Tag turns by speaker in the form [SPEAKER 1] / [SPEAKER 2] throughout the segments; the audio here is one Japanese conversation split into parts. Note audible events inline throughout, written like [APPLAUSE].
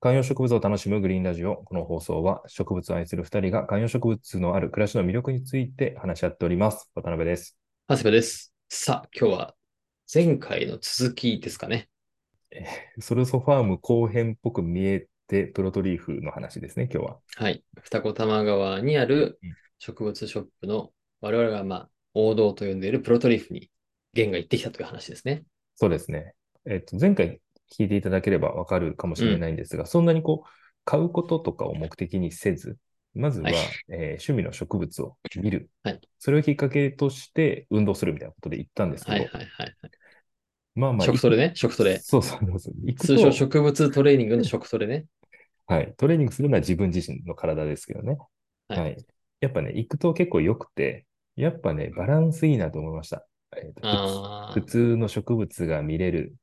[SPEAKER 1] 観葉植物を楽しむグリーンラジオ。この放送は植物を愛する2人が観葉植物のある暮らしの魅力について話し合っております。渡辺です。
[SPEAKER 2] 長谷部です。さあ、今日は前回の続きですかね。
[SPEAKER 1] ソルソファーム後編っぽく見えて、トロトリーフの話ですね、今日は。
[SPEAKER 2] はい。二子玉川にある
[SPEAKER 1] うん
[SPEAKER 2] 植物ショップの我々がまあ王道と呼んでいるプロトリーフに源が行ってきたという話ですね。
[SPEAKER 1] そうですね。えっと、前回聞いていただければわかるかもしれないんですが、そんなにこう、買うこととかを目的にせず、まずは、
[SPEAKER 2] はい
[SPEAKER 1] えー趣味の植物を見る、
[SPEAKER 2] はい
[SPEAKER 1] それをきっかけとして運動するみたいなことで行ったんですけ
[SPEAKER 2] は
[SPEAKER 1] ど、
[SPEAKER 2] いはいはい。
[SPEAKER 1] まあまあ、
[SPEAKER 2] 食トレね、食トレ。
[SPEAKER 1] そうそうそうそう。行く
[SPEAKER 2] 通称
[SPEAKER 1] と
[SPEAKER 2] 植物トレーニングの食トレね。
[SPEAKER 1] はい。トレーニングするのは自分自身の体ですけどね。
[SPEAKER 2] はい
[SPEAKER 1] はい。やっぱね、行くと結構良くて、やっぱね、バランスいいなと思いました。えーと
[SPEAKER 2] あ
[SPEAKER 1] 普通普通の植物が見れる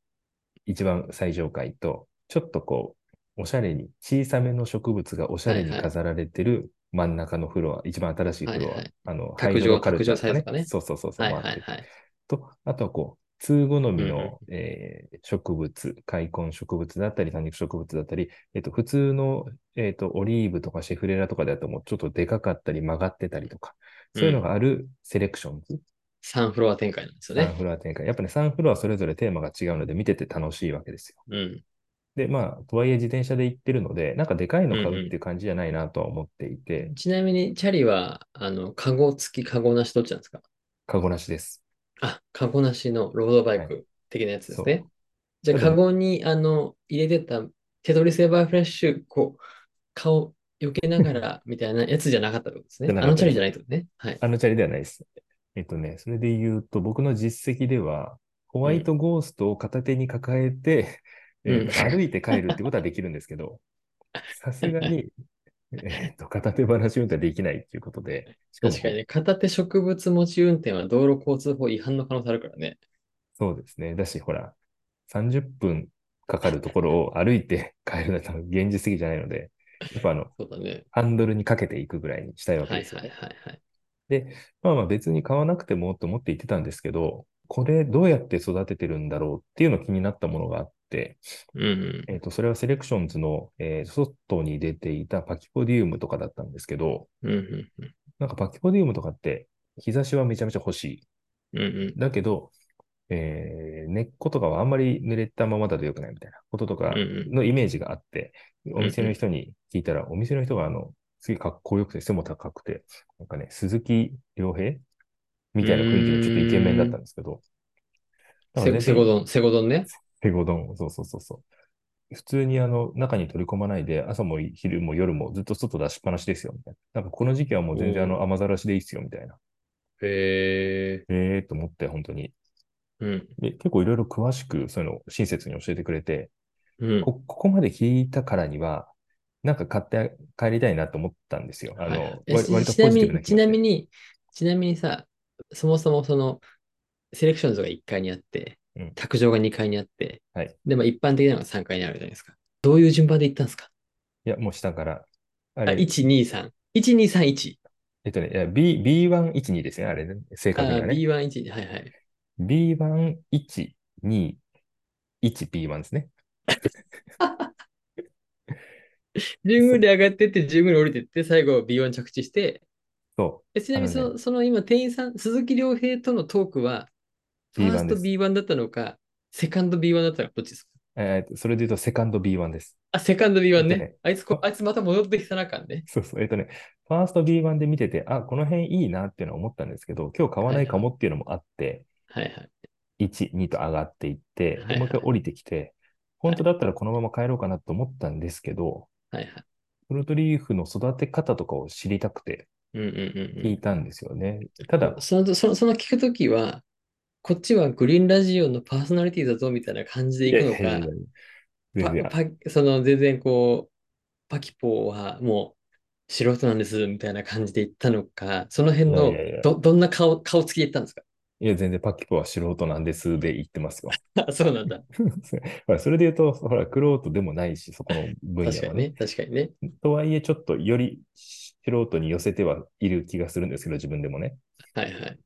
[SPEAKER 1] 一番最上階と、ちょっとこう、おしゃれに、小さめの植物がおしゃれに
[SPEAKER 2] はいはい
[SPEAKER 1] 飾られてる真ん中のフロア、一番新しいフロア、
[SPEAKER 2] はいはい
[SPEAKER 1] あの、
[SPEAKER 2] 卓上
[SPEAKER 1] ハイドロカルチャーとかね。
[SPEAKER 2] 卓上サイズとかね
[SPEAKER 1] そうそうそうそ
[SPEAKER 2] あ。
[SPEAKER 1] う、
[SPEAKER 2] はい
[SPEAKER 1] もあっ
[SPEAKER 2] は
[SPEAKER 1] て
[SPEAKER 2] いはい。
[SPEAKER 1] と、あとはこう、通好み
[SPEAKER 2] うん
[SPEAKER 1] の、えー植物、開墾植物だったり、多肉植物だったり、えっと、普通の、えっと、オリーブとかシェフレラとかだともうちょっとでかかったり曲がってたりとか、そういうのがあるセレクションズ、
[SPEAKER 2] 3フロア展開なんですよ
[SPEAKER 1] サン
[SPEAKER 2] ね。
[SPEAKER 1] フロア展開。やっぱね、サンフロアそれぞれテーマが違うので見てて楽しいわけですよ。
[SPEAKER 2] うん。
[SPEAKER 1] で、まあ、とはいえ自転車で行ってるので、なんかでかいの買
[SPEAKER 2] うんう
[SPEAKER 1] うんっていう感じじゃないなとは思っていて、
[SPEAKER 2] ちなみに、チャリは、あの、カゴ付き、カゴなしどっちなんですか
[SPEAKER 1] カゴなしです。
[SPEAKER 2] あ、カゴなしのロードバイク的なやつです
[SPEAKER 1] は
[SPEAKER 2] ね。じゃあ、
[SPEAKER 1] ただ
[SPEAKER 2] カゴにあの入れてた手取りセーバーフラッシュ、こう、顔避けな
[SPEAKER 1] [LAUGHS]
[SPEAKER 2] がらみたいなやつじゃなかったってことですね。
[SPEAKER 1] じゃな
[SPEAKER 2] あ
[SPEAKER 1] かっ
[SPEAKER 2] の
[SPEAKER 1] た
[SPEAKER 2] チ
[SPEAKER 1] です
[SPEAKER 2] ャリじゃないってことね。はい。
[SPEAKER 1] あのチャリではないです。えっとね、それで言うと、僕の実績では、ホワイトゴーストを片手に抱えて、
[SPEAKER 2] うん
[SPEAKER 1] えっと歩いて帰るってことはできるんですけ
[SPEAKER 2] [LAUGHS]
[SPEAKER 1] ど、さすがに、えっと、片手話運転はできないっていうことで、しかも
[SPEAKER 2] 確かにね、片手植物持ち運転は道路交通法違反の可能性あるからね。
[SPEAKER 1] そうですね。だし、ほら、30分かかるところを歩いて帰るのは多分現実的じゃないので、やっぱあの、
[SPEAKER 2] そうだね。
[SPEAKER 1] ハンドルにかけていくぐらいにしたいわけ
[SPEAKER 2] はい
[SPEAKER 1] ですよ
[SPEAKER 2] はいはいはい。
[SPEAKER 1] まあまあ別に買わなくてもと思って言ってたんですけど、これどうやって育ててるんだろうっていうの気になったものがあって、
[SPEAKER 2] うん
[SPEAKER 1] えっと、それはセレクションズの、えー外に出ていたパキポディウムとかだったんですけど、
[SPEAKER 2] うん。うんうん
[SPEAKER 1] なんかパキポディウムとかって日差しはめちゃめちゃ欲しい。
[SPEAKER 2] うん。うんうん。
[SPEAKER 1] だけど、えー根っことかはあんまり濡れたままだと良くないみたいなこととか
[SPEAKER 2] うんうん
[SPEAKER 1] のイメージがあって、
[SPEAKER 2] ん
[SPEAKER 1] お店の人に聞いたら、お店の人があの、すげえかっこよくて背も高くて、なんかね、鈴木亮平みたいな雰囲気のちょっとイケメンだったんですけど、なんか全然
[SPEAKER 2] セセゴドン、セゴドンね。
[SPEAKER 1] セゴドン、そうそうそうそう。普通にあの中に取り込まないで、朝も昼も夜もずっと外出しっぱなしですよ、みたいな。なんかこの時期はもう全然あの雨ざらしでいいっすよ、みたいな。
[SPEAKER 2] へえ。
[SPEAKER 1] ええー、と思って、本当に。
[SPEAKER 2] うん。
[SPEAKER 1] で、結構いろいろ詳しく、そういうのを親切に教えてくれて、
[SPEAKER 2] うん。
[SPEAKER 1] こ、ここまで聞いたからには、なんか買って帰りたいなと思ったんですよ。あ
[SPEAKER 2] はいはい
[SPEAKER 1] の、
[SPEAKER 2] え
[SPEAKER 1] わ
[SPEAKER 2] ち
[SPEAKER 1] 割と
[SPEAKER 2] ちな
[SPEAKER 1] ポジ
[SPEAKER 2] み
[SPEAKER 1] ティ
[SPEAKER 2] に
[SPEAKER 1] ブな気
[SPEAKER 2] ち
[SPEAKER 1] 持ち
[SPEAKER 2] な
[SPEAKER 1] で
[SPEAKER 2] みに、ちなみにさ、そもそもその、セレクションズが1階にあって
[SPEAKER 1] うん、
[SPEAKER 2] 卓上が2階にあって、
[SPEAKER 1] はい
[SPEAKER 2] で、まあ一般的なのが3階にあるじゃないですか。どういう順番で行ったんですか
[SPEAKER 1] いや、もう下から。あ
[SPEAKER 2] あ、
[SPEAKER 1] れ、
[SPEAKER 2] 1、2、3。1、2、3、1。
[SPEAKER 1] えっとね、いや B、B112 ですね、あれね、正
[SPEAKER 2] あ
[SPEAKER 1] 確にはね。
[SPEAKER 2] B1、1。はいはい。
[SPEAKER 1] B112、1P1 ですね。
[SPEAKER 2] 順繰り上がってって、順繰り降りてって、最後 B1 着地して、
[SPEAKER 1] そ
[SPEAKER 2] えちなみに
[SPEAKER 1] あの
[SPEAKER 2] そ,、その今、店員さん、鈴木亮平とのトークは、ファー
[SPEAKER 1] B1
[SPEAKER 2] スト
[SPEAKER 1] です
[SPEAKER 2] B1 だったのか、セカンド B1 だったのか、どっちですか
[SPEAKER 1] う。えーそれで言うと、セカンド B1 です。
[SPEAKER 2] あ、セカンド B1
[SPEAKER 1] だって
[SPEAKER 2] ね
[SPEAKER 1] ね。
[SPEAKER 2] あいつこ、あいつまた戻ってきたな感ね。
[SPEAKER 1] そうそう。えっとね、ファースト B1 で見てて、あ、この辺いいなっていうのは思ったんですけど、今日買わないかもっていうのもあって、
[SPEAKER 2] はいはい。
[SPEAKER 1] 1、2と上がっていって、
[SPEAKER 2] はいは
[SPEAKER 1] で
[SPEAKER 2] い
[SPEAKER 1] もう一回降りてきて、本当だったらこのまま帰ろうかなと思ったんですけど、
[SPEAKER 2] はいはい。
[SPEAKER 1] フルートリーフの育て方とかを知りたくて
[SPEAKER 2] うんうんうんう
[SPEAKER 1] 聞いたんですよね。ただ
[SPEAKER 2] ん。、その、その、その聞くときは、こっちはグリーンラジオのパーソナリティだぞみたいな感じで行くの
[SPEAKER 1] いやいやいや
[SPEAKER 2] か、
[SPEAKER 1] 全然、
[SPEAKER 2] パパその全然こう、パキポーはもう素人なんですみたいな感じで行ったのか、その辺の
[SPEAKER 1] いやいやいや
[SPEAKER 2] ど、どんな顔、顔つきで行ったんですか [LAUGHS]
[SPEAKER 1] いや、全然パキポは素人なんですで言ってますよ。
[SPEAKER 2] あそうなんだ。
[SPEAKER 1] ほ [LAUGHS] らそれで言うと、ほら、クロートでもないし、そこの分野
[SPEAKER 2] 確か
[SPEAKER 1] は
[SPEAKER 2] に
[SPEAKER 1] ね。
[SPEAKER 2] ね。確かにね。
[SPEAKER 1] とはいえ、ちょっとより素人に寄せてはいる気がするんですけど、自分でもね。
[SPEAKER 2] はいはい。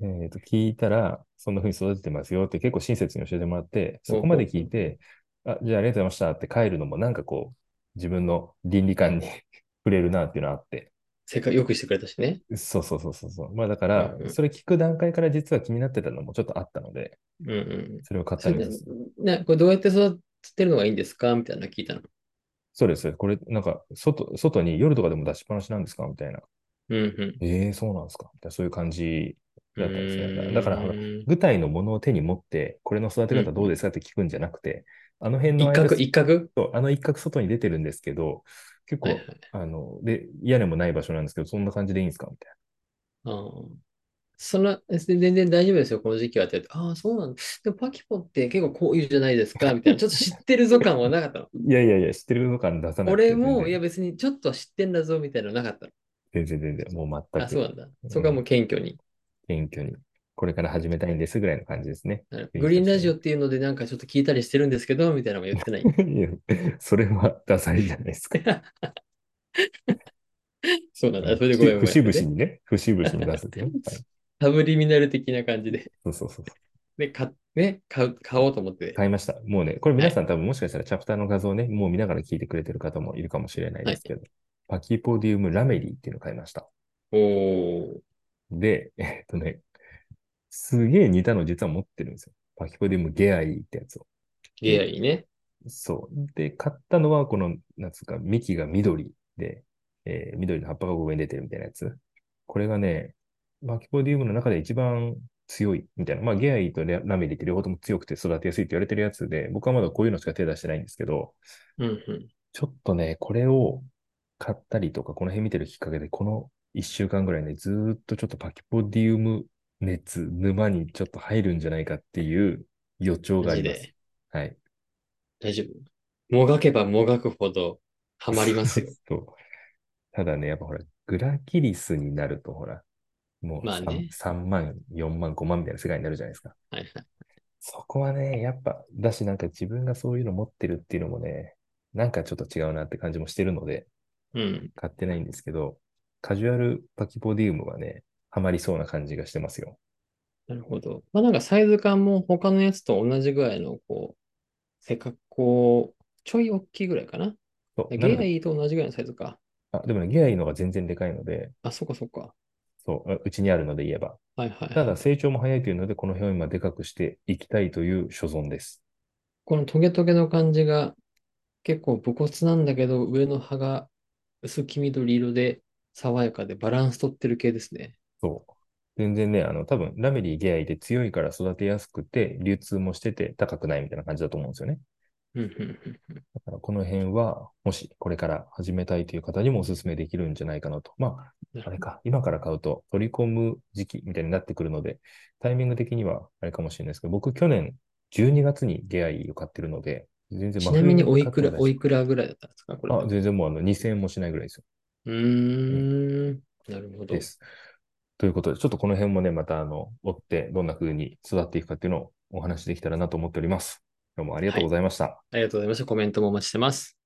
[SPEAKER 1] えーと、聞いたら、そんな風に育ててますよって結構親切に教えてもらって、そこまで聞いて、あ、じゃあありがとうございましたって帰るのもなんかこう、自分の倫理観に [LAUGHS] 触れるなっていうのはあって。
[SPEAKER 2] 正解よくしてくれたしね。
[SPEAKER 1] そうそうそうそうそう。まあだから
[SPEAKER 2] うんう、ん
[SPEAKER 1] それ聞く段階から実は気になってたのもちょっとあったので、
[SPEAKER 2] うんうん。
[SPEAKER 1] それを買った
[SPEAKER 2] そ
[SPEAKER 1] ん
[SPEAKER 2] れ
[SPEAKER 1] で。
[SPEAKER 2] ですね、これどうやって育てるのがいいんですかみたいなの聞いたの。
[SPEAKER 1] そうです。これ、なんか、外、外に夜とかでも出しっぱなしなんですかみたいな。
[SPEAKER 2] うんうん。
[SPEAKER 1] ええ、そうなんですかみたいな、そういう感じだったんです
[SPEAKER 2] うー
[SPEAKER 1] ね。
[SPEAKER 2] ん
[SPEAKER 1] だから、ほら、具体のものを手に持って、これの育て方どうですかって聞くんじゃなくて、あの辺の
[SPEAKER 2] 一角、
[SPEAKER 1] 間
[SPEAKER 2] 一角
[SPEAKER 1] そうあの一角外に出てるんですけど、結構
[SPEAKER 2] はいはい、
[SPEAKER 1] あの、で、屋根もない場所なんですけど、そんな感じでいいんですかみたい
[SPEAKER 2] あーそんな、え全然大丈夫ですよ、この時期はって言って。ああ、そうなんだ。でも、パキポって結構こういうじゃないですかみ
[SPEAKER 1] [LAUGHS]
[SPEAKER 2] たいな。ちょっと知ってるぞ感はなかったの。
[SPEAKER 1] な。いやいやいや、知ってるの感出 [LAUGHS] さなくて
[SPEAKER 2] 俺
[SPEAKER 1] 全然。
[SPEAKER 2] も、いや別にちょっとは知ってんだぞみたいなのなかったの。
[SPEAKER 1] 全然全然、もう全
[SPEAKER 2] あ、そうな
[SPEAKER 1] く
[SPEAKER 2] んだ。そこはもう謙虚に。
[SPEAKER 1] 謙虚に、これから始めたいんですぐらいの感じですね。 [LAUGHS]
[SPEAKER 2] なるグリーンラジオっていうのでなんかちょっと聞いたりしてるんですけど、みたいなのも言っ
[SPEAKER 1] [LAUGHS]
[SPEAKER 2] てない。
[SPEAKER 1] いや、それはダサいじゃない
[SPEAKER 2] [LAUGHS]
[SPEAKER 1] ですか。
[SPEAKER 2] そうなんだ。それでごめんごめん。
[SPEAKER 1] 節々にね、節々に出せてね。はい
[SPEAKER 2] サブリミナル的な感じで。
[SPEAKER 1] そうそうそう。
[SPEAKER 2] で、か、ね、買う、買おうと思って。
[SPEAKER 1] 買いました。もうね、これ皆さん多分もしかしたらチャプターの画像ね、もう見ながら聞いてくれてる方もいるかもしれないですけど、パキポディウムラメリーっていうのを買いました。
[SPEAKER 2] おー。
[SPEAKER 1] で、 [LAUGHS] えっとね、すげえ似たの実は持ってるんですよ。パキポディウムゲアイってやつを。
[SPEAKER 2] ゲアいいね。
[SPEAKER 1] そう。で、買ったのはこの、なんつうか、幹が緑で、えー緑の葉っぱが上に出てるみたいなやつ。これがね、パキポディウムの中で一番強いみたいな。まあ、ゲアイとララメリーって両方とも強くて育てやすいって言われてるやつで、僕はまだこういうのしか手出してないんですけど、
[SPEAKER 2] うんうん。
[SPEAKER 1] ちょっとね、これを買ったりとか、この辺見てるきっかけで、この1週間ぐらいね、ずーっとちょっとパキポディウム熱、沼にちょっと入るんじゃないかっていう予兆がありま
[SPEAKER 2] マジ
[SPEAKER 1] す。はい。
[SPEAKER 2] 大丈夫。もがけばもがくほどハマります [LAUGHS] よ。
[SPEAKER 1] [LAUGHS] そう。ただね、やっぱほら、グラキリスになると、ほら、もう
[SPEAKER 2] まあね
[SPEAKER 1] 3, 3万、4万、5万みたいな世界になるじゃないですか。
[SPEAKER 2] はいはい。
[SPEAKER 1] そこはね、やっぱ、だしなんか自分がそういうの持ってるっていうのもね、なんかちょっと違うなって感じもしてるので、
[SPEAKER 2] うん。
[SPEAKER 1] 買ってないんですけど、カジュアルパキポディウムはね、ハマりそうな感じがしてますよ。
[SPEAKER 2] なるほど。まあなんかサイズ感も他のやつと同じぐらいの、こう、せっかくこう、ちょい大きいぐらいかな。
[SPEAKER 1] そうな
[SPEAKER 2] ゲ
[SPEAKER 1] の
[SPEAKER 2] ア
[SPEAKER 1] で
[SPEAKER 2] いいと同じぐらいのサイズか。
[SPEAKER 1] あでもね、ギアいいのが全然でかいので、
[SPEAKER 2] あ、そっかそっか。
[SPEAKER 1] そう、あうちにあるので言えば。
[SPEAKER 2] はいはいはい。
[SPEAKER 1] ただ成長も早いというので、この辺を今でかくしていきたいという所存です。
[SPEAKER 2] このトゲトゲの感じが結構武骨なんだけど、上の葉が薄黄緑色で爽やかでバランス取ってる系ですね。
[SPEAKER 1] そう。全然ね、あの、多分ラメリーギアイで強いから育てやすくて、流通もしてて高くないみたいな感じだと思うんですよね。
[SPEAKER 2] うんうんうんうん。
[SPEAKER 1] だからこの辺は、もしこれから始めたいという方にもお勧めできるんじゃないかなと。まあ、
[SPEAKER 2] な
[SPEAKER 1] あれ
[SPEAKER 2] る
[SPEAKER 1] か、今から買うと取り込む時期みたいになってくるので、タイミング的にはあれかもしれないですけど、僕去年12月に出会いを買ってるので、全然
[SPEAKER 2] ち
[SPEAKER 1] 真
[SPEAKER 2] なみに
[SPEAKER 1] 冬
[SPEAKER 2] おい
[SPEAKER 1] 買っ
[SPEAKER 2] く
[SPEAKER 1] ても
[SPEAKER 2] ら、
[SPEAKER 1] 大
[SPEAKER 2] お
[SPEAKER 1] 丈
[SPEAKER 2] いくらぐらいだったんですか、これ。
[SPEAKER 1] 夫あ、全然もうあの2000円もしないぐらいですよ。
[SPEAKER 2] うーん。なるほど。
[SPEAKER 1] です。ということで、ちょっとこの辺もね、またあの、追ってどんな風に育っていくかっていうのをお話しできたらなと思っております。どうもありがとうございました。
[SPEAKER 2] ありがとうございました。コメントもお待ちしてます。